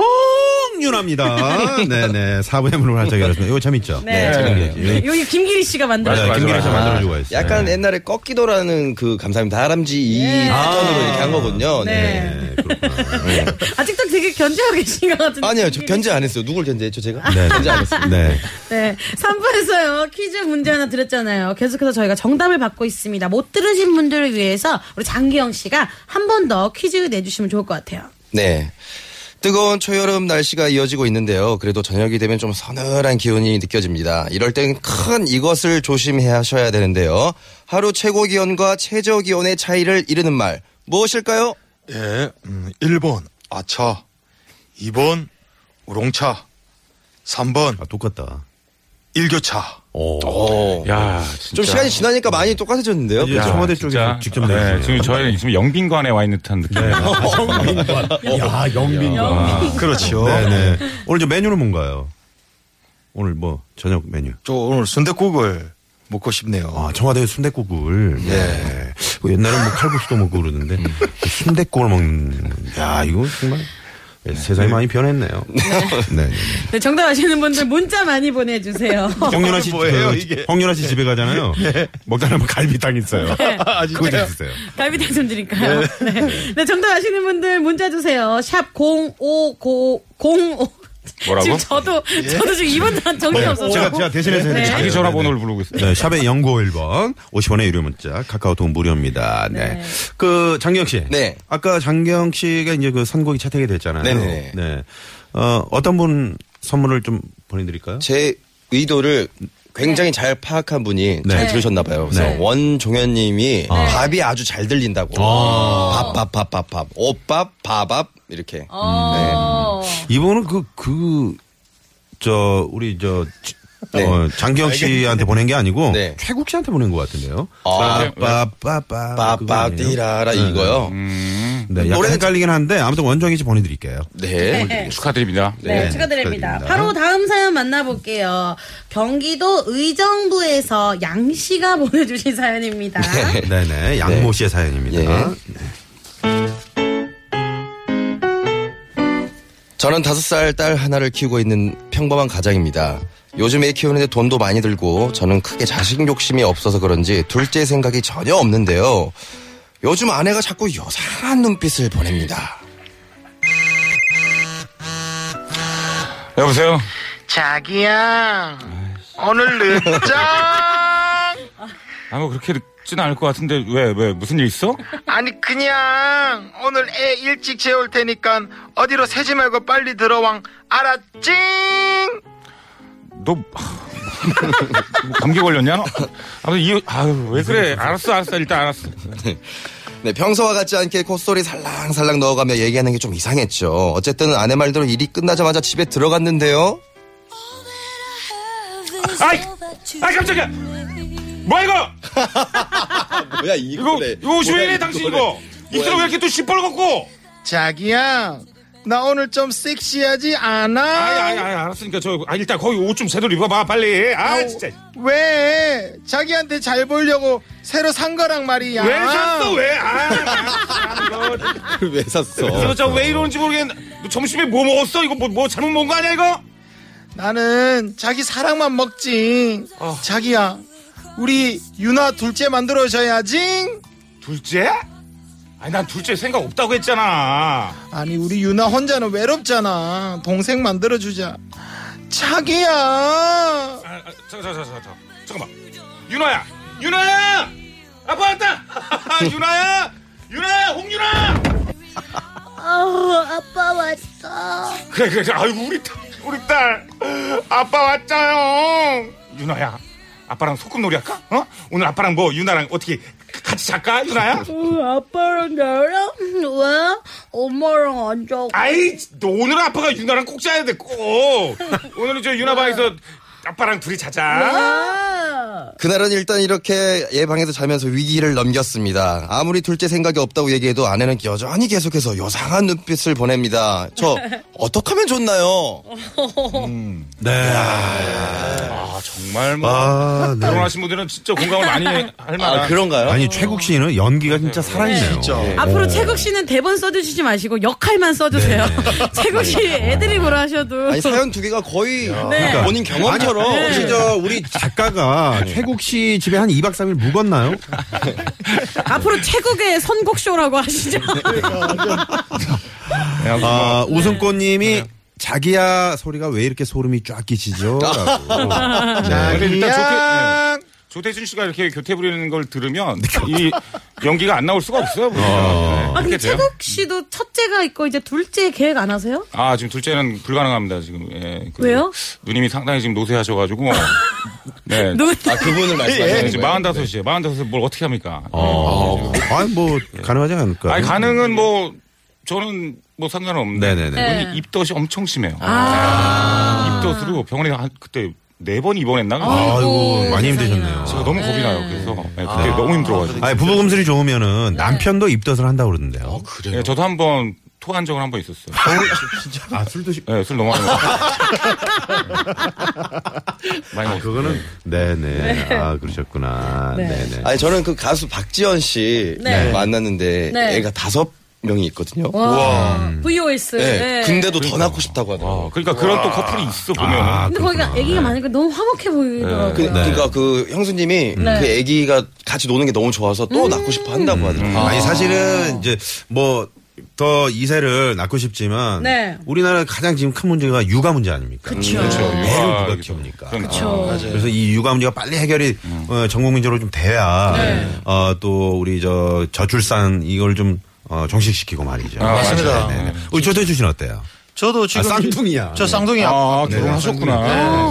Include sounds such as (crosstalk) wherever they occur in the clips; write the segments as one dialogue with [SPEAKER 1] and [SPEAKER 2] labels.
[SPEAKER 1] 홍윤아입니다. (laughs) 네네. 사부의 문을 활짝 열었습니다. 이거 재밌죠?
[SPEAKER 2] 네.
[SPEAKER 1] 재밌네요. 네.
[SPEAKER 2] 여기 김기리 씨가 만들어.
[SPEAKER 1] 맞아요.
[SPEAKER 2] 요
[SPEAKER 3] 맞아,
[SPEAKER 1] 김기리 씨
[SPEAKER 3] 맞아.
[SPEAKER 1] 만들어주고 있어요.
[SPEAKER 3] 약간 옛날에 꺾기도라는 그 감사합니다 할아버지 이 패턴으로 이렇게 한 거군요. 네.
[SPEAKER 1] 네. 그렇구나. 네.
[SPEAKER 2] 아직도 되게 견제하고 계신 것 같은데.
[SPEAKER 3] 아니요, 저 견제 안 했어요. 누굴 견제했죠, 제가?
[SPEAKER 1] 네.
[SPEAKER 3] (laughs) 견제 안 했어요.
[SPEAKER 1] 네.
[SPEAKER 2] 네. 3부에서요, 퀴즈 문제 하나 드렸잖아요. 계속해서 저희가 정답을 받고 있습니다. 못 들으신 분들을 위해서 우리 장기영 씨가 한 번 더 퀴즈 내주시면 좋을 것 같아요.
[SPEAKER 3] 네. 뜨거운 초여름 날씨가 이어지고 있는데요. 그래도 저녁이 되면 좀 서늘한 기운이 느껴집니다. 이럴 땐 큰 이것을 조심하셔야 되는데요. 하루 최고 기온과 최저 기온의 차이를 이르는 말 무엇일까요?
[SPEAKER 4] 예, 음, 1번 아차, 2번 우롱차, 3번
[SPEAKER 1] 아, 똑같다.
[SPEAKER 4] 일교차.
[SPEAKER 3] 오.
[SPEAKER 5] 야, 진짜.
[SPEAKER 3] 좀 시간이 지나니까 많이 똑같아졌는데요.
[SPEAKER 1] 이제 청와대 쪽에서
[SPEAKER 5] 진짜.
[SPEAKER 1] 직접
[SPEAKER 5] 네,
[SPEAKER 1] 내주세요.
[SPEAKER 5] 지금 저희는 지금 영빈관에 와 있는 듯한 느낌. 네.
[SPEAKER 1] 야, 영빈과.
[SPEAKER 4] 그렇죠.
[SPEAKER 1] 네네. 오늘 저 메뉴는 뭔가요? 오늘 뭐 저녁 메뉴?
[SPEAKER 4] 저 오늘 순대국을 먹고 싶네요.
[SPEAKER 1] 아, 청와대 순대국을. 네. 그 옛날에는 뭐 칼국수도 먹고 그러는데 순대국을 먹는. 야, 이거 정말 예, 세상이 많이 네. 변했네요. 네.
[SPEAKER 2] 네, 정답 아시는 분들 문자 많이 보내주세요.
[SPEAKER 1] 홍윤아 씨,
[SPEAKER 4] 뭐예요,
[SPEAKER 1] 그,
[SPEAKER 4] 이게?
[SPEAKER 1] 홍윤아 씨 집에 가잖아요. 먹다 보면 갈비탕 있어요. 네. 아, 그거 좀 주세요.
[SPEAKER 2] 갈비탕 좀 드릴까요? 네. 네, 정답 아시는 분들 문자 주세요. 샵 0590.
[SPEAKER 5] 뭐라고?
[SPEAKER 2] 지금 저도, 저도 지금 이번 단 정신 없어서.
[SPEAKER 1] 제가, 제가 대신해서
[SPEAKER 2] 네.
[SPEAKER 1] 해드릴게요.
[SPEAKER 5] 자기 전화번호를 부르고 있어요.
[SPEAKER 1] 네, 샵의 0951번 50원의 유료 문자 카카오톡 무료입니다. 네. 그 장경 씨.
[SPEAKER 3] 네.
[SPEAKER 1] 아까 장경 씨가 이제 그 선곡이 채택이 됐잖아요.
[SPEAKER 3] 네네네.
[SPEAKER 1] 네. 어, 어떤 분 선물을 좀 보내 드릴까요?
[SPEAKER 3] 제 의도를 굉장히 잘 파악한 분이 잘 들으셨나봐요. 그래서
[SPEAKER 2] 네.
[SPEAKER 3] 원종현님이 밥이 아주 잘 들린다고. 밥, 밥, 밥, 밥, 밥. 오밥, 밥밥. 이렇게.
[SPEAKER 2] 어.
[SPEAKER 1] 이분은 그 그 저 우리 저
[SPEAKER 3] 네.
[SPEAKER 1] 어, 장경 씨한테 보낸 게 아니고
[SPEAKER 3] 네.
[SPEAKER 1] 최국 씨한테 보낸 것 같은데요.
[SPEAKER 3] 아,
[SPEAKER 1] 빠빠빠
[SPEAKER 3] 네. 밥밥, 띠라라 이거요.
[SPEAKER 1] 네, 약간
[SPEAKER 3] 노래는
[SPEAKER 1] 헷갈리긴 한데 아무튼 원정이 씨 보내드릴게요.
[SPEAKER 3] 네.
[SPEAKER 5] 축하드립니다.
[SPEAKER 2] 네,
[SPEAKER 1] 네,
[SPEAKER 2] 축하드립니다.
[SPEAKER 1] 축하드립니다.
[SPEAKER 2] 바로 다음 사연 만나볼게요. 경기도 의정부에서 양 씨가 (laughs) 보내주신 사연입니다.
[SPEAKER 1] 네네 양모 씨의 사연입니다.
[SPEAKER 3] 예. 저는 다섯 살 딸 하나를 키우고 있는 평범한 가장입니다. 요즘 애 키우는데 돈도 많이 들고 저는 크게 자식 욕심이 없어서 그런지 둘째 생각이 전혀 없는데요. 요즘 아내가 자꾸 여상한 눈빛을 보냅니다.
[SPEAKER 5] 여보세요?
[SPEAKER 6] 자기야
[SPEAKER 5] (laughs)
[SPEAKER 6] 오늘 늦장
[SPEAKER 5] 아무 뭐 그렇게 늦진 않을 것 같은데 왜, 왜, 무슨 일 있어?
[SPEAKER 6] 아니 그냥 오늘 애 일찍 재울 테니까 어디로 새지 말고 빨리 들어왕 알았지
[SPEAKER 5] 너. 뭐 감기 걸렸냐? 아무튼 이, 아유, 왜 그래. 알았어, 알았어. 일단 알았어.
[SPEAKER 3] 네, 평소와 같지 않게 콧소리 살랑살랑 넣어가며 얘기하는 게 좀 이상했죠. 어쨌든 아내 말대로 일이 끝나자마자 집에 들어갔는데요.
[SPEAKER 5] 아이! 아이, 깜짝이야! 뭐야, 이거!
[SPEAKER 3] 아, 뭐야 이
[SPEAKER 5] 이거, 이거 50원이네, 당신 이거! 입술을 왜 이렇게 또 시뻘겋고!
[SPEAKER 6] 자기야 나 오늘 좀 섹시하지 않아
[SPEAKER 5] 아이, 아이, 아이, 알았으니까 저, 아, 일단 거기 옷 좀 제대로 입어봐, 빨리. 아, 진짜.
[SPEAKER 6] 왜 자기한테 잘 보려고 새로 산 거랑 말이야
[SPEAKER 5] 왜 샀어, 왜? 아, 아, 이거.
[SPEAKER 3] 왜 샀어?
[SPEAKER 5] 그래서 저왜 이러는지 모르겠는데 너 점심에 뭐 먹었어? 이거 뭐, 뭐 잘못 먹은 거 아니야 이거?
[SPEAKER 6] 나는 자기 사랑만 먹지
[SPEAKER 5] 어.
[SPEAKER 6] 자기야 우리 유나 둘째 만들어줘야지
[SPEAKER 5] 둘째? 아니 난 둘째 생각 없다고 했잖아
[SPEAKER 6] 아니 우리 유나 혼자는 외롭잖아 동생 만들어주자 자기야
[SPEAKER 5] 아, 아, 잠깐 잠깐 잠깐 잠깐 잠깐만 윤아야 윤아야 아빠 왔다 (laughs) 윤아야 윤아야 홍윤아
[SPEAKER 2] 아우, 아빠 왔어.
[SPEAKER 5] 그래 그래 그래 아이고 우리 딸. 우리 딸 아빠 왔어요. 유나야, 아빠랑 소꿉놀이 할까? 어? 오늘 아빠랑 뭐 유나랑 어떻게 같이 잘까? 유나야?
[SPEAKER 2] 아빠랑 나랑 왜 엄마랑 안 자고
[SPEAKER 5] 아이, 너 오늘 아빠가 유나랑 꼭 자야 돼. 꼭. 오늘은 저 유나 방에서 아빠랑 둘이 자자.
[SPEAKER 3] 그날은 일단 이렇게 예방에서 자면서 위기를 넘겼습니다. 아무리 둘째 생각이 없다고 얘기해도 아내는 여전히 계속해서 요상한 눈빛을 보냅니다. 저 (laughs) 어떻게 하면 좋나요?
[SPEAKER 1] 네.
[SPEAKER 5] 아, 정말 뭐
[SPEAKER 1] 아, 네.
[SPEAKER 5] 결혼하신 분들은 진짜 공감을 많이 할 만한.
[SPEAKER 3] 아 그런가요?
[SPEAKER 1] 아니 최국 씨는 연기가 진짜 살아있네요.
[SPEAKER 2] 앞으로 채국 씨는 대본 써주시지 마시고 역할만 (laughs) 써주세요. 채국 씨 애드립으로 하셔도
[SPEAKER 3] 아니, 사연 두 개가 거의 네.
[SPEAKER 2] 그러니까.
[SPEAKER 3] 본인 경험처럼
[SPEAKER 1] 혹시 저 우리 작가가 최국 씨 집에 한 2박 3일 묵었나요?
[SPEAKER 2] 앞으로 채국의 선곡쇼라고 하시죠.
[SPEAKER 5] 네, 뭐.
[SPEAKER 1] 아, 우승꽃님이 자기야 소리가 왜 이렇게 소름이 쫙 끼치죠? 라고.
[SPEAKER 3] 아,
[SPEAKER 1] 네.
[SPEAKER 5] 근데 일단 조태, 네. 조태준 씨가 이렇게 교태 부리는 걸 들으면 이 연기가 안 나올 수가 없어요. 보니까. 네,
[SPEAKER 2] 아 근데
[SPEAKER 5] 그렇게 돼요.
[SPEAKER 2] 채국 씨도 첫째가 있고 이제 둘째 계획 안 하세요?
[SPEAKER 5] 아 지금 둘째는 불가능합니다 지금 예, 그
[SPEAKER 2] 왜요?
[SPEAKER 5] 누님이 상당히 지금 노쇠하셔가지고 네
[SPEAKER 2] 누
[SPEAKER 3] 아 그분을
[SPEAKER 5] 네,
[SPEAKER 3] 말씀하시는 (laughs)
[SPEAKER 5] 지금
[SPEAKER 3] 거예요?
[SPEAKER 5] 마흔다섯이에요 마흔다섯에 뭘 어떻게 합니까 예.
[SPEAKER 1] 아, 뭐 가능하지 않을까?
[SPEAKER 5] 아니 가능은 뭐 저는 뭐 상관없는데
[SPEAKER 1] 네네네.
[SPEAKER 5] 이 입덧이 엄청 심해요 네. 입덧으로 병원에 한 그때 네 번 입원했나
[SPEAKER 1] 아이고 많이 힘드셨네요.
[SPEAKER 5] 제가 너무 겁이 나요 그래서 예, 그때 너무 힘들어가지고
[SPEAKER 1] 아니 부부금슬이 좋으면은 남편도 입덧을 한다고 그러던데요.
[SPEAKER 5] 예, 저도 한번 토한 적은 한 번 있었어요
[SPEAKER 1] 아 술 드시.
[SPEAKER 5] 예, 술 너무 많이 먹었어요
[SPEAKER 1] (laughs)
[SPEAKER 5] 많이 먹었어요
[SPEAKER 1] 아,
[SPEAKER 5] 네.
[SPEAKER 1] 그거는 네네. 아 그러셨구나.
[SPEAKER 2] 네.
[SPEAKER 1] 네네.
[SPEAKER 3] 아니 저는 그 가수 박지현 씨
[SPEAKER 2] 네.
[SPEAKER 3] 만났는데
[SPEAKER 2] 네.
[SPEAKER 3] 애가 다섯 명이 있거든요.
[SPEAKER 2] 와 VOS.
[SPEAKER 3] 네.
[SPEAKER 2] 네.
[SPEAKER 3] 근데도 더 낳고 싶다고 하더라고요.
[SPEAKER 5] 어, 그러니까 그런 또 커플이 있어 보면은
[SPEAKER 2] 근데 거기가 아기가 많으니까 너무 화목해 보이더라고요.
[SPEAKER 3] 그, 러니까그 형수님이
[SPEAKER 2] 네.
[SPEAKER 3] 그 애기가 같이 노는 게 너무 좋아서
[SPEAKER 2] 음.
[SPEAKER 3] 또 낳고 싶어 한다고 하더라고요.
[SPEAKER 1] 아니 사실은 이제 뭐 더 이세를 낳고 싶지만
[SPEAKER 2] 네.
[SPEAKER 1] 우리나라 가장 지금 큰 문제가 육아 문제 아닙니까?
[SPEAKER 2] 그쵸.
[SPEAKER 1] 음,
[SPEAKER 2] 그쵸.
[SPEAKER 1] 매일
[SPEAKER 5] 육아
[SPEAKER 1] 누가
[SPEAKER 5] 그렇죠. 이게
[SPEAKER 1] 키웁니까?
[SPEAKER 5] 그러니까.
[SPEAKER 2] 그렇죠.
[SPEAKER 1] 그래서 이 육아 문제가 빨리 해결이 어, 전 국민적으로 좀 돼야
[SPEAKER 2] 네.
[SPEAKER 1] 어, 또 우리 저 저출산 이걸 좀 어, 정식시키고 말이죠.
[SPEAKER 4] 맞습니다.
[SPEAKER 1] 네, 네. 우리 조태주 씨는 어때요?
[SPEAKER 4] 저도 지금
[SPEAKER 1] 아, 쌍둥이야.
[SPEAKER 4] 저 쌍둥이
[SPEAKER 5] 아,
[SPEAKER 4] 아빠.
[SPEAKER 1] 네,
[SPEAKER 5] 결혼하셨구나.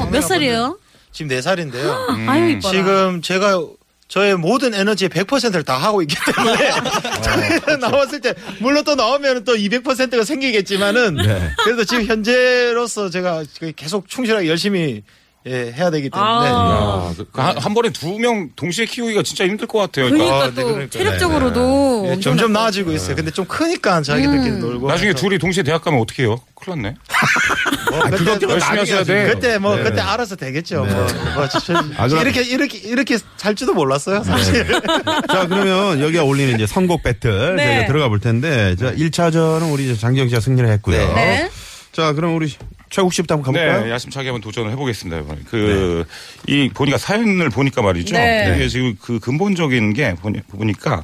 [SPEAKER 2] 어, 몇 살이에요?
[SPEAKER 4] 지금 네 살인데요.
[SPEAKER 2] 아유 이뻐라.
[SPEAKER 4] 지금 제가 저의 모든 에너지의 100%를 다 하고 있기 때문에
[SPEAKER 1] 아,
[SPEAKER 4] 저는
[SPEAKER 1] 그렇죠.
[SPEAKER 4] 나왔을 때 물론 또 나오면 또 200%가 생기겠지만은
[SPEAKER 1] 네.
[SPEAKER 4] 그래도 지금 현재로서 제가 거의 계속 충실하게 열심히 예, 해야 되기 때문에
[SPEAKER 2] 아.
[SPEAKER 3] 네.
[SPEAKER 5] 아, 그 한, 한 번에 두 명 동시에 키우기가 진짜 힘들 것 같아요.
[SPEAKER 2] 그러니까
[SPEAKER 3] 네,
[SPEAKER 5] 그러니까
[SPEAKER 2] 또 체력적으로도
[SPEAKER 4] 예, 점점 나아지고 있어요. 근데 좀 크니까 자기들끼리
[SPEAKER 2] 음.
[SPEAKER 4] 놀고
[SPEAKER 5] 나중에 둘이 동시에 대학 가면 어떻게 해요? 큰일 났네. 아,
[SPEAKER 4] 뭐 그때,
[SPEAKER 5] 열심히 하셔야 네. 돼.
[SPEAKER 4] 그때 뭐 그때 알아서 되겠죠. 뭐, 뭐
[SPEAKER 5] (laughs)
[SPEAKER 4] 저-
[SPEAKER 1] 아, 그럼-
[SPEAKER 4] 이렇게 이렇게 이렇게 살지도
[SPEAKER 5] 네,
[SPEAKER 4] 몰랐어요. 사실.
[SPEAKER 5] 그러니까.
[SPEAKER 1] 자, 그러면 여기에 어울리는 이제 선곡 배틀
[SPEAKER 2] 네.
[SPEAKER 1] 저희가 들어가 볼 텐데 자, 1차전은 우리 장기영 씨가 승리를 했고요.
[SPEAKER 2] 네.
[SPEAKER 1] 자, 그럼 우리 최국 씨부터 한번 가볼까요?
[SPEAKER 5] 네, 야심차게 한번 도전을 해보겠습니다. 이번에. 그,
[SPEAKER 4] 네.
[SPEAKER 5] 이, 보니까 사연을 보니까 말이죠.
[SPEAKER 2] 네.
[SPEAKER 5] 이게 지금 그 근본적인 게 보니, 보니까,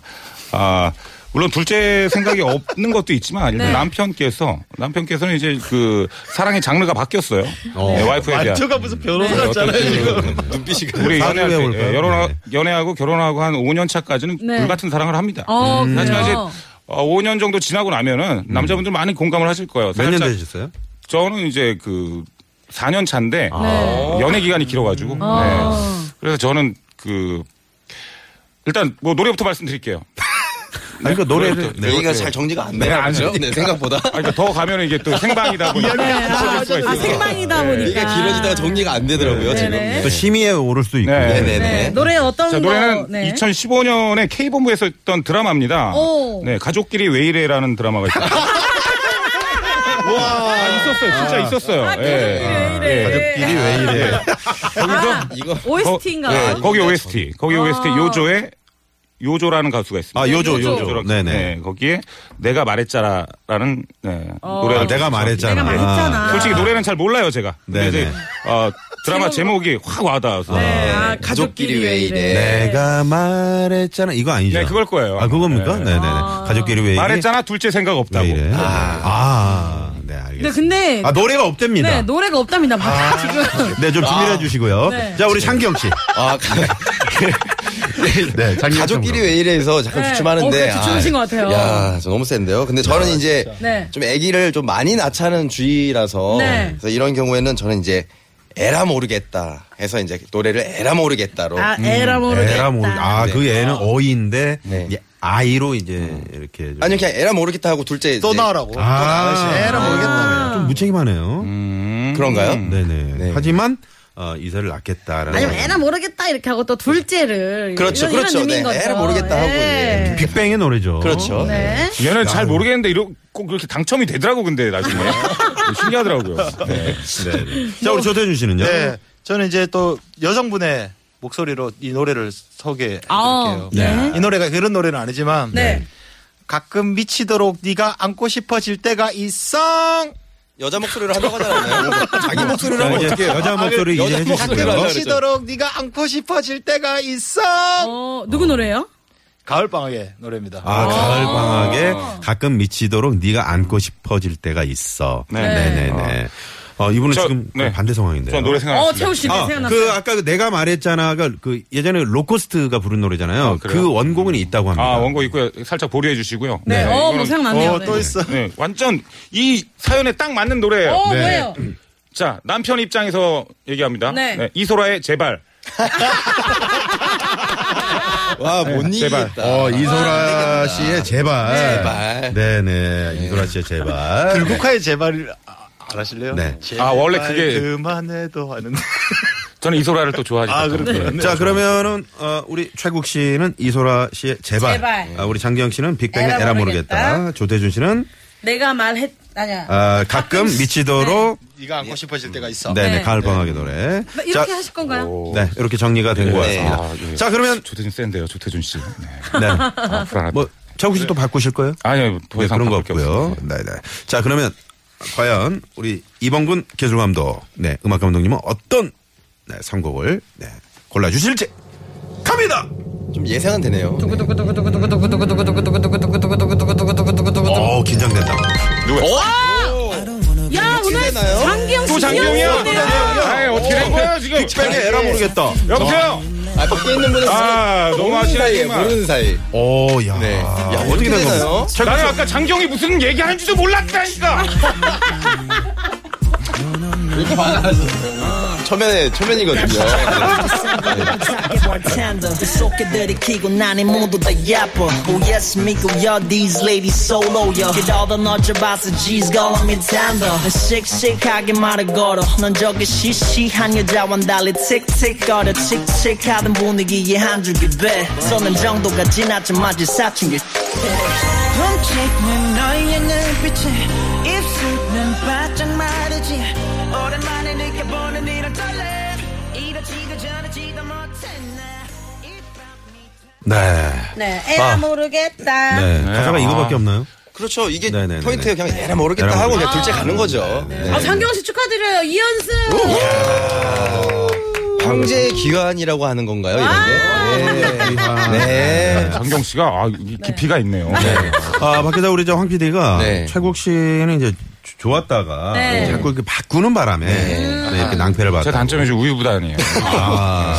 [SPEAKER 5] 아, 물론 둘째 생각이 없는 것도 있지만
[SPEAKER 2] 네.
[SPEAKER 5] 일단 남편께서 남편께서는 이제 그 사랑의 장르가 바뀌었어요. 네, 와이프에 대한 그
[SPEAKER 4] 저가 무슨
[SPEAKER 5] 네.
[SPEAKER 4] 변호사잖아요.
[SPEAKER 1] 네.
[SPEAKER 4] 지금.
[SPEAKER 3] 눈빛이
[SPEAKER 5] 우리
[SPEAKER 1] 사주에
[SPEAKER 5] 연애할 때
[SPEAKER 1] 볼까요?
[SPEAKER 5] 예, 연하,
[SPEAKER 1] 네.
[SPEAKER 5] 연애하고 결혼하고 한 5년 차까지는
[SPEAKER 2] 네.
[SPEAKER 5] 불같은 사랑을 합니다.
[SPEAKER 2] 어, 그래요?
[SPEAKER 1] 음.
[SPEAKER 5] 음. 하지만 이제 어, 5년 정도 지나고 나면은 남자분들 많이 공감을 하실 거예요.
[SPEAKER 1] 몇 년
[SPEAKER 5] 살짝
[SPEAKER 1] 되셨어요?
[SPEAKER 5] 저는 이제 그 4년 차인데
[SPEAKER 1] 아.
[SPEAKER 2] 네.
[SPEAKER 5] 연애 기간이 길어가지고
[SPEAKER 2] 음. 아,
[SPEAKER 5] 네. 그래서 저는 그 일단 뭐 노래부터 말씀드릴게요.
[SPEAKER 1] 아니, 그 노래를.
[SPEAKER 5] 노래부터.
[SPEAKER 1] 네.
[SPEAKER 3] 얘기가 잘 정리가 안
[SPEAKER 5] 안
[SPEAKER 3] 되나
[SPEAKER 5] 해요.
[SPEAKER 3] 보죠? 네, 생각보다.
[SPEAKER 5] 아, 그러니까 더 가면 이게 또 생방이다 보니까
[SPEAKER 2] 아,
[SPEAKER 5] 아, 수가 있으니까.
[SPEAKER 2] 생방이다 보니까.
[SPEAKER 3] 얘기가 길어지다가 정리가 안 되더라고요, 지금.
[SPEAKER 2] 네네.
[SPEAKER 1] 또 심의에 오를 수도 있고.
[SPEAKER 5] 네.
[SPEAKER 3] 네네네.
[SPEAKER 2] 네, 노래 어떤
[SPEAKER 5] 자,
[SPEAKER 2] 거?
[SPEAKER 5] 노래는 2015년에 K본부에서 했던 드라마입니다.
[SPEAKER 2] 네. 오.
[SPEAKER 5] 네, 가족끼리 왜 이래라는 드라마가
[SPEAKER 2] (laughs)
[SPEAKER 5] 있어요. 와, 있었어요. 진짜 있었어요. 예.
[SPEAKER 2] 아, 가족끼리 왜
[SPEAKER 5] 네.
[SPEAKER 2] 이래.
[SPEAKER 1] 가족끼리 왜 이래.
[SPEAKER 2] 아,
[SPEAKER 3] 이거 네.
[SPEAKER 2] OST인가?
[SPEAKER 5] 예, 거기 OST. 거기
[SPEAKER 2] 아.
[SPEAKER 5] OST 요조의 요조라는 가수가 있습니다.
[SPEAKER 1] 아, 요조, 요조.
[SPEAKER 5] 요조라는
[SPEAKER 1] 네네.
[SPEAKER 5] 가수. 네, 거기에 내가 말했잖아라는 네,
[SPEAKER 2] 어.
[SPEAKER 5] 노래를 네.
[SPEAKER 1] 아, 내가 말했잖아.
[SPEAKER 2] 내가 말했잖아.
[SPEAKER 5] 솔직히 노래는 잘 몰라요 제가.
[SPEAKER 1] 네네.
[SPEAKER 5] 근데 이제 어, 드라마 제목이 확 와닿아서.
[SPEAKER 2] 네, 아,
[SPEAKER 3] 가족끼리 왜 이래.
[SPEAKER 1] 네. 내가 말했잖아. 이거 아니죠?
[SPEAKER 5] 네, 그걸 거예요.
[SPEAKER 1] 아, 그겁니까?
[SPEAKER 5] 네.
[SPEAKER 1] 네. 네네 가족끼리 왜 이래?
[SPEAKER 5] 말했잖아 둘째 생각
[SPEAKER 1] 왜
[SPEAKER 5] 없다고.
[SPEAKER 1] 이래? 아, 아, 네, 알겠습니다.
[SPEAKER 2] 근데 근데
[SPEAKER 1] 아, 노래가 없답니다.
[SPEAKER 2] 네, 노래가 없답니다.
[SPEAKER 3] 아.
[SPEAKER 2] 막 지금
[SPEAKER 3] 음,
[SPEAKER 1] 네, 좀 준비를 해주시고요.
[SPEAKER 2] 네.
[SPEAKER 1] 자, 우리 장기영 씨.
[SPEAKER 3] 아, 가-
[SPEAKER 1] 네, 자기
[SPEAKER 3] 아, 가족끼리 왜 이래서 잠깐
[SPEAKER 2] 네. 어,
[SPEAKER 3] 주춤하는데.
[SPEAKER 2] 그래, 주춤하신 것 같아요.
[SPEAKER 3] 야, 저 너무 센데요. 근데 저는 이제
[SPEAKER 2] 네.
[SPEAKER 3] 좀 아기를 좀 많이 낳자는 주의라서
[SPEAKER 2] 네.
[SPEAKER 3] 그래서 이런 경우에는 저는 이제 에라 모르겠다 해서 이제 노래를 에라 모르겠다로
[SPEAKER 2] 아, 에라 모르겠다.
[SPEAKER 1] 애라 모르. 아그 애는 어이인데
[SPEAKER 3] 네.
[SPEAKER 1] 이제 아이로 이제 이렇게 좀-
[SPEAKER 3] 아니 그냥 에라 모르겠다 하고 둘째
[SPEAKER 4] 또
[SPEAKER 3] 이제
[SPEAKER 4] 나오라고.
[SPEAKER 1] 아,
[SPEAKER 4] 애라 모르겠다.
[SPEAKER 1] 좀 무책임하네요.
[SPEAKER 3] 그런가요?
[SPEAKER 1] 네네.
[SPEAKER 3] 네.
[SPEAKER 1] 하지만 어, 이사를 낳겠다라는.
[SPEAKER 2] 아니면 애나 모르겠다 이렇게 하고 또 둘째를
[SPEAKER 3] 그렇죠,
[SPEAKER 2] 이런,
[SPEAKER 3] 그렇죠.
[SPEAKER 2] 이런 의미인
[SPEAKER 3] 네,
[SPEAKER 2] 거죠.
[SPEAKER 3] 애나 모르겠다 하고
[SPEAKER 2] 예.
[SPEAKER 1] 네. 빅뱅의 노래죠.
[SPEAKER 3] 그렇죠.
[SPEAKER 2] 네.
[SPEAKER 5] 얘는 잘 모르겠는데 이렇게 꼭 그렇게 당첨이 되더라고 근데 나중에
[SPEAKER 1] (laughs)
[SPEAKER 5] 신기하더라고요. 네.
[SPEAKER 1] 네네. 자 우리 조태준 씨는요.
[SPEAKER 4] 네, 저는 이제 또 여성분의 목소리로 이 노래를 소개해드릴게요.
[SPEAKER 2] 아, 네.
[SPEAKER 4] 이 노래가 그런 노래는 아니지만
[SPEAKER 2] 네.
[SPEAKER 4] 가끔 미치도록 네가 안고 싶어질 때가 있어.
[SPEAKER 3] 여자 목소리로 한다고 하잖아요. 자기 목소리로 하면 어떻게 해요? 아,
[SPEAKER 5] 네.
[SPEAKER 1] 여자
[SPEAKER 5] 아,
[SPEAKER 1] 목소리 이제 네.
[SPEAKER 3] 여자 목소리로
[SPEAKER 1] 해주시고요.
[SPEAKER 3] 하자 그랬죠.
[SPEAKER 4] 미치도록 네가 안고 싶어질 때가 있어.
[SPEAKER 2] 어, 누구 노래예요?
[SPEAKER 4] 가을 방학의 노래입니다.
[SPEAKER 1] 아 가을 방학에 가끔 미치도록 네가 안고 싶어질 때가 있어.
[SPEAKER 5] 네.
[SPEAKER 1] 네네네.
[SPEAKER 3] 아.
[SPEAKER 1] 어 이분은
[SPEAKER 5] 저,
[SPEAKER 1] 지금
[SPEAKER 5] 네.
[SPEAKER 1] 반대 상황인데요.
[SPEAKER 5] 저 노래
[SPEAKER 2] 어,
[SPEAKER 5] 생각났습니다.
[SPEAKER 2] 태우 씨 네,
[SPEAKER 1] 아,
[SPEAKER 2] 생각났어요.
[SPEAKER 1] 그 아까 그 내가 말했잖아가 그 예전에 로코스트가 부른 노래잖아요.
[SPEAKER 5] 그래요?
[SPEAKER 1] 그 원곡은 있다고 합니다.
[SPEAKER 5] 아 원고 있고요. 살짝 보류해 주시고요.
[SPEAKER 2] 네. 어, 뭐
[SPEAKER 5] 이거는-
[SPEAKER 2] 생각났네요.
[SPEAKER 4] 어,
[SPEAKER 2] 네.
[SPEAKER 4] 또 있어.
[SPEAKER 5] 네, 완전 이 사연에 딱 맞는 노래예요.
[SPEAKER 2] 어, 뭐예요?
[SPEAKER 5] 자 남편 입장에서 얘기합니다.
[SPEAKER 2] 네.
[SPEAKER 5] 이소라의 제발.
[SPEAKER 3] 와, 못
[SPEAKER 5] 제발.
[SPEAKER 3] 이기겠다.
[SPEAKER 1] 어 이소라 씨의 제발.
[SPEAKER 3] 제발.
[SPEAKER 1] 네네 이소라 씨의 제발.
[SPEAKER 4] 불국화의 제발 아, 안 하실래요?
[SPEAKER 1] 네.
[SPEAKER 4] 제발
[SPEAKER 5] 아, 원래 그게-
[SPEAKER 4] 그만해도 하는데.
[SPEAKER 5] 저는 이소라를 또 네. 좋아하죠.
[SPEAKER 4] 아, 그렇군요.
[SPEAKER 1] 자 그러면은 어, 우리 최국 씨는 이소라 씨의 제발.
[SPEAKER 2] 제발.
[SPEAKER 1] 아, 우리 장기영 씨는 빅뱅의
[SPEAKER 2] 에라
[SPEAKER 1] 에라 모르겠다.
[SPEAKER 2] 모르겠다.
[SPEAKER 1] 조태준 씨는
[SPEAKER 2] 내가 말했 아니야.
[SPEAKER 1] 아, 가끔 미치도록
[SPEAKER 4] 네가 안고 싶어질 때가 있어.
[SPEAKER 1] 네네 뭐
[SPEAKER 2] 네.
[SPEAKER 1] 가을 방학의 노래.
[SPEAKER 2] 뭐 이렇게
[SPEAKER 1] 자,
[SPEAKER 2] 하실 건가요?
[SPEAKER 1] 네 이렇게 정리가 된 것
[SPEAKER 3] 네.
[SPEAKER 1] 같습니다.
[SPEAKER 5] 아, 예.
[SPEAKER 1] 자 그러면
[SPEAKER 5] 조태준 센데요, 조태준 씨. (laughs) 네.
[SPEAKER 1] 네.
[SPEAKER 5] 아, 불안하다.
[SPEAKER 1] (laughs) 뭐 최국 씨또 바꾸실 거예요?
[SPEAKER 5] 아니요, 더
[SPEAKER 1] 네,
[SPEAKER 5] 이상
[SPEAKER 1] 그런 거
[SPEAKER 5] 바꿀 게
[SPEAKER 1] 없고요.
[SPEAKER 5] 없어요.
[SPEAKER 1] 네, 네. 자, 그러면 과연 우리 이범군 기술 감독, 네, 음악 감독님은 어떤 네, 선곡을 네, 골라 주실지 갑니다.
[SPEAKER 3] 좀 예상은 되네요.
[SPEAKER 1] 어, 긴장된다.
[SPEAKER 2] 야, 오늘
[SPEAKER 3] 되나요?
[SPEAKER 2] 장기영 씨.
[SPEAKER 5] 또 장기영이야? 아이, 어떻게 된 거야, 지금?
[SPEAKER 1] 빅뱅의 에라 모르겠다.
[SPEAKER 5] 여보세요?
[SPEAKER 3] 아, 밖에 있는 분은
[SPEAKER 5] 아, 너무
[SPEAKER 3] 모르는
[SPEAKER 5] 아시네,
[SPEAKER 3] 사이에,
[SPEAKER 5] 정말.
[SPEAKER 3] 모르는 사이.
[SPEAKER 1] 오, 야.
[SPEAKER 3] 네.
[SPEAKER 1] 야,
[SPEAKER 3] 야,
[SPEAKER 1] 어떻게
[SPEAKER 3] 어떻게
[SPEAKER 1] 된
[SPEAKER 3] 되나요?
[SPEAKER 1] 거야?
[SPEAKER 5] 나는 아까 장경이 무슨 얘기하는지도 몰랐다니까!
[SPEAKER 3] 초면에, 초면이거든요.
[SPEAKER 7] Oh,
[SPEAKER 1] 네.
[SPEAKER 2] 네, 에라
[SPEAKER 1] 아.
[SPEAKER 2] 모르겠다.
[SPEAKER 1] 네.
[SPEAKER 5] 네,
[SPEAKER 1] 가사가
[SPEAKER 5] 아.
[SPEAKER 1] 이거밖에 없나요?
[SPEAKER 3] 그렇죠. 이게
[SPEAKER 1] 네네네네.
[SPEAKER 3] 포인트예요. 그냥 에라 모르겠다
[SPEAKER 1] 에라
[SPEAKER 3] 하고
[SPEAKER 1] 모르겠다.
[SPEAKER 3] 그냥 둘째 가는 거죠. 네.
[SPEAKER 2] 아, 장기영 씨 축하드려요. 이연승.
[SPEAKER 3] 황제의 기관이라고 하는 건가요, 이런 게? 네. 네.
[SPEAKER 5] 장경 씨가, 아, 이 깊이가 있네요.
[SPEAKER 1] 아, 밖에다 우리 저황 PD가
[SPEAKER 3] 네.
[SPEAKER 1] 최국 씨는 이제 조- 좋았다가
[SPEAKER 2] 네.
[SPEAKER 1] 자꾸 이렇게 바꾸는 바람에 네, 이렇게 낭패를 받아.
[SPEAKER 5] 제 단점이 좀 우유부단이에요. 아.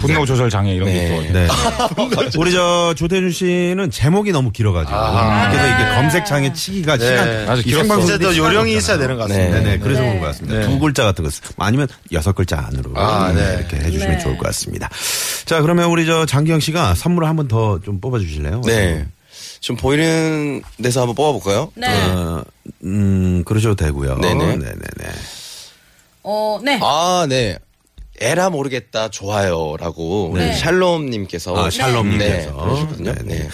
[SPEAKER 5] 분노 조절 장애 이런 게
[SPEAKER 3] 네.
[SPEAKER 5] 있거든요.
[SPEAKER 1] 네. 우리 저 조태준 씨는 제목이 너무 길어가지고 그래서
[SPEAKER 2] 네.
[SPEAKER 1] 이게 검색창에 치기가 시간
[SPEAKER 5] 아주
[SPEAKER 1] 이
[SPEAKER 5] 길었어.
[SPEAKER 1] 생방송
[SPEAKER 4] 이제 또
[SPEAKER 1] 시간이
[SPEAKER 4] 요령이
[SPEAKER 1] 없잖아요.
[SPEAKER 4] 있어야 되는 것 같습니다.
[SPEAKER 1] 네네 그래서 그런 것 같습니다. 두 글자 같은 거 쓰- 아니면 여섯 글자 안으로
[SPEAKER 3] 아,
[SPEAKER 1] 네,
[SPEAKER 3] 네.
[SPEAKER 1] 이렇게 해주시면
[SPEAKER 2] 네.
[SPEAKER 1] 좋을 것 같습니다. 자 그러면 우리 저 장기영 씨가 선물을 한 번 더 좀 뽑아주실래요?
[SPEAKER 3] 네. 좀 보이는 데서 한번 뽑아볼까요?
[SPEAKER 2] 네.
[SPEAKER 1] 어, 음 그러셔도 되고요.
[SPEAKER 3] 네네.
[SPEAKER 1] 네네네.
[SPEAKER 2] 어, 네.
[SPEAKER 3] 아, 네. 에라 모르겠다 좋아요라고 우리
[SPEAKER 2] 네.
[SPEAKER 3] 샬롬님께서
[SPEAKER 1] 아, 샬롬님께서.
[SPEAKER 3] 네, 그러시거든요.
[SPEAKER 1] 네네.
[SPEAKER 3] 네.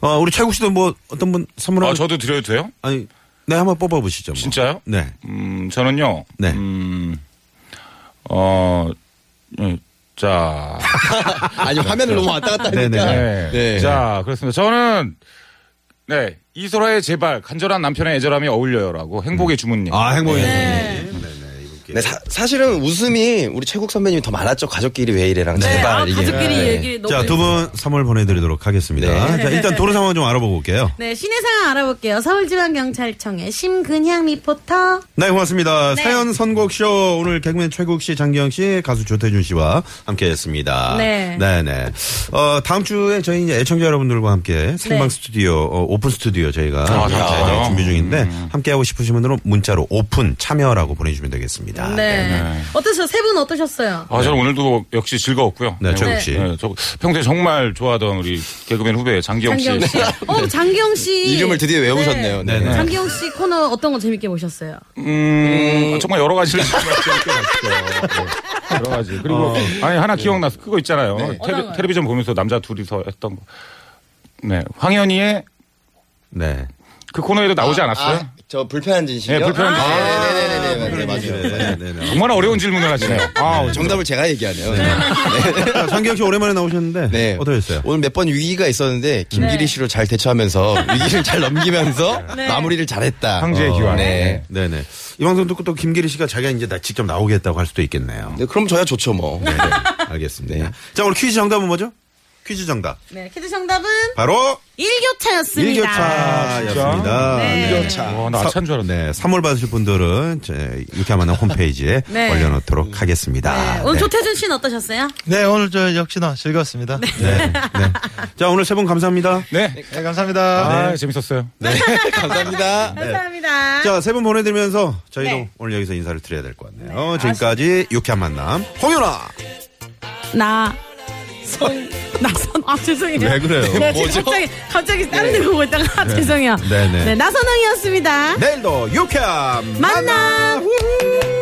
[SPEAKER 1] 어 우리 최국 씨도 뭐 어떤 분 선물
[SPEAKER 5] 아,
[SPEAKER 1] 한번
[SPEAKER 5] 저도 드려도 돼요?
[SPEAKER 1] 아니 네 한번 뽑아보시죠. 뭐.
[SPEAKER 5] 진짜요?
[SPEAKER 1] 네.
[SPEAKER 5] 음, 저는요.
[SPEAKER 1] 네.
[SPEAKER 5] 음, 어, 음, 자.
[SPEAKER 3] 아니 화면을 너무 왔다 갔다 하니까.
[SPEAKER 5] 네.
[SPEAKER 3] 네.
[SPEAKER 5] 자, 그렇습니다. 저는, 네. 이소라의 제발, 간절한 남편의 애절함이 어울려요라고 음. 행복의 주문님.
[SPEAKER 1] 아 행복이.
[SPEAKER 3] 네, 사, 사실은 웃음이 우리 최국 선배님이 더 많았죠. 가족끼리 왜 이래랑
[SPEAKER 2] 네,
[SPEAKER 3] 제발
[SPEAKER 2] 아,
[SPEAKER 3] 이게.
[SPEAKER 2] 가족끼리
[SPEAKER 3] 네.
[SPEAKER 2] 얘기 너무.
[SPEAKER 1] 자, 두 분 선물 보내드리도록 하겠습니다. 자, 일단 도로 상황 좀 알아보고 올게요.
[SPEAKER 2] 네, 시내 상황 알아볼게요. 서울지방경찰청의 심근향 리포터.
[SPEAKER 1] 네, 고맙습니다. 사연 선곡쇼 오늘 개그맨 최국 씨, 장기영 씨, 가수 조태준 씨와 함께했습니다.
[SPEAKER 2] 네.
[SPEAKER 1] 네 어, 다음 주에 저희 이제 애청자 여러분들과 함께
[SPEAKER 2] 네.
[SPEAKER 1] 생방 스튜디오, 어, 오픈 스튜디오 저희가
[SPEAKER 3] 아,
[SPEAKER 1] 이제
[SPEAKER 5] 진짜요?
[SPEAKER 1] 준비 중인데
[SPEAKER 3] 음.
[SPEAKER 1] 함께하고 싶으신 분들은 문자로 오픈 참여라고 보내주시면 되겠습니다.
[SPEAKER 2] 네. 어떠세요? 세 분 어떠셨어요?
[SPEAKER 5] 아, 저는 오늘도 역시 즐거웠고요.
[SPEAKER 1] 네, 최국 씨.
[SPEAKER 5] 네, 저 평소에 정말 좋아하던 우리 개그맨 후배 장기영 씨.
[SPEAKER 2] 장기영 씨. 어, 장기영 씨.
[SPEAKER 3] 이름을 드디어 외우셨네요. 네.
[SPEAKER 1] 네네.
[SPEAKER 2] 장기영 씨 코너 어떤 거 재밌게 보셨어요?
[SPEAKER 5] 음, 정말 여러 가지를 정말 재밌게 봤어요. 네, 여러 가지. 그리고 아니 하나 기억나서 그거 있잖아요.
[SPEAKER 2] 어떤 거요?
[SPEAKER 5] 텔레, 비전 보면서 남자 둘이서 했던 거. 네, 황현희의
[SPEAKER 1] 네.
[SPEAKER 5] 그 코너에도 나오지 않았어요?
[SPEAKER 3] 아, 저 불편한 진실이요?
[SPEAKER 5] 네, 불편한 진실.
[SPEAKER 3] 아, 네네네네. 네, 맞아요.
[SPEAKER 1] 네, 네, 네.
[SPEAKER 5] 정말 어려운 질문을 하시네요. 아,
[SPEAKER 3] 어, 정답을 제가 얘기하네요. 네.
[SPEAKER 1] 자, 아, 장기영 씨 오랜만에 나오셨는데
[SPEAKER 3] 네.
[SPEAKER 1] 어떠셨어요?
[SPEAKER 3] 오늘 몇 번 위기가 있었는데
[SPEAKER 2] 네.
[SPEAKER 3] 김기리 씨로 잘 대처하면서 위기를 잘 넘기면서 마무리를 잘했다.
[SPEAKER 5] 황제의
[SPEAKER 3] 어,
[SPEAKER 5] 기환.
[SPEAKER 3] 네.
[SPEAKER 1] 네네. 이 방송 듣고 또 김기리 씨가 자기가 이제 나 직접 나오겠다고 할 수도 있겠네요.
[SPEAKER 2] (laughs)
[SPEAKER 3] 네, 그럼 저야 좋죠 뭐.
[SPEAKER 1] 네, 알겠습니다. 자, 오늘 퀴즈 정답은 뭐죠? 퀴즈 정답.
[SPEAKER 2] 네, 퀴즈 정답은
[SPEAKER 1] 바로
[SPEAKER 2] 일교차였습니다.
[SPEAKER 1] 일교차였습니다.
[SPEAKER 2] 네.
[SPEAKER 5] 와, 나 아찬 줄 알았네.
[SPEAKER 1] 네, 선물 받으실 분들은 제 유쾌한 만남 홈페이지에
[SPEAKER 2] (laughs) 네.
[SPEAKER 1] 올려놓도록 하겠습니다.
[SPEAKER 2] 네, 오늘
[SPEAKER 1] 네.
[SPEAKER 2] 조태준 씨는 어떠셨어요?
[SPEAKER 4] 네, 오늘 저 역시나 즐거웠습니다. 네,
[SPEAKER 1] 네. 자, 오늘 세 분 감사합니다.
[SPEAKER 5] 네.
[SPEAKER 4] 감사합니다.
[SPEAKER 5] 아, 재밌었어요.
[SPEAKER 3] 감사합니다.
[SPEAKER 1] 네.
[SPEAKER 2] 감사합니다.
[SPEAKER 1] 자, 세 분 보내드리면서 저희도
[SPEAKER 2] 네.
[SPEAKER 1] 오늘 여기서 인사를 드려야 될 것 같네요. 지금까지 유쾌한 만남 홍윤아!
[SPEAKER 2] 나. 성, 나선, 아, 죄송해요.
[SPEAKER 1] 왜 그래요?
[SPEAKER 2] 네, 지금 갑자기, 갑자기 다른 데 보고 있다가, 죄송해요.
[SPEAKER 1] 네, 네.
[SPEAKER 2] 나선홍이었습니다.
[SPEAKER 1] 내일도 유쾌한
[SPEAKER 2] 만남!
[SPEAKER 1] 만남! 우후!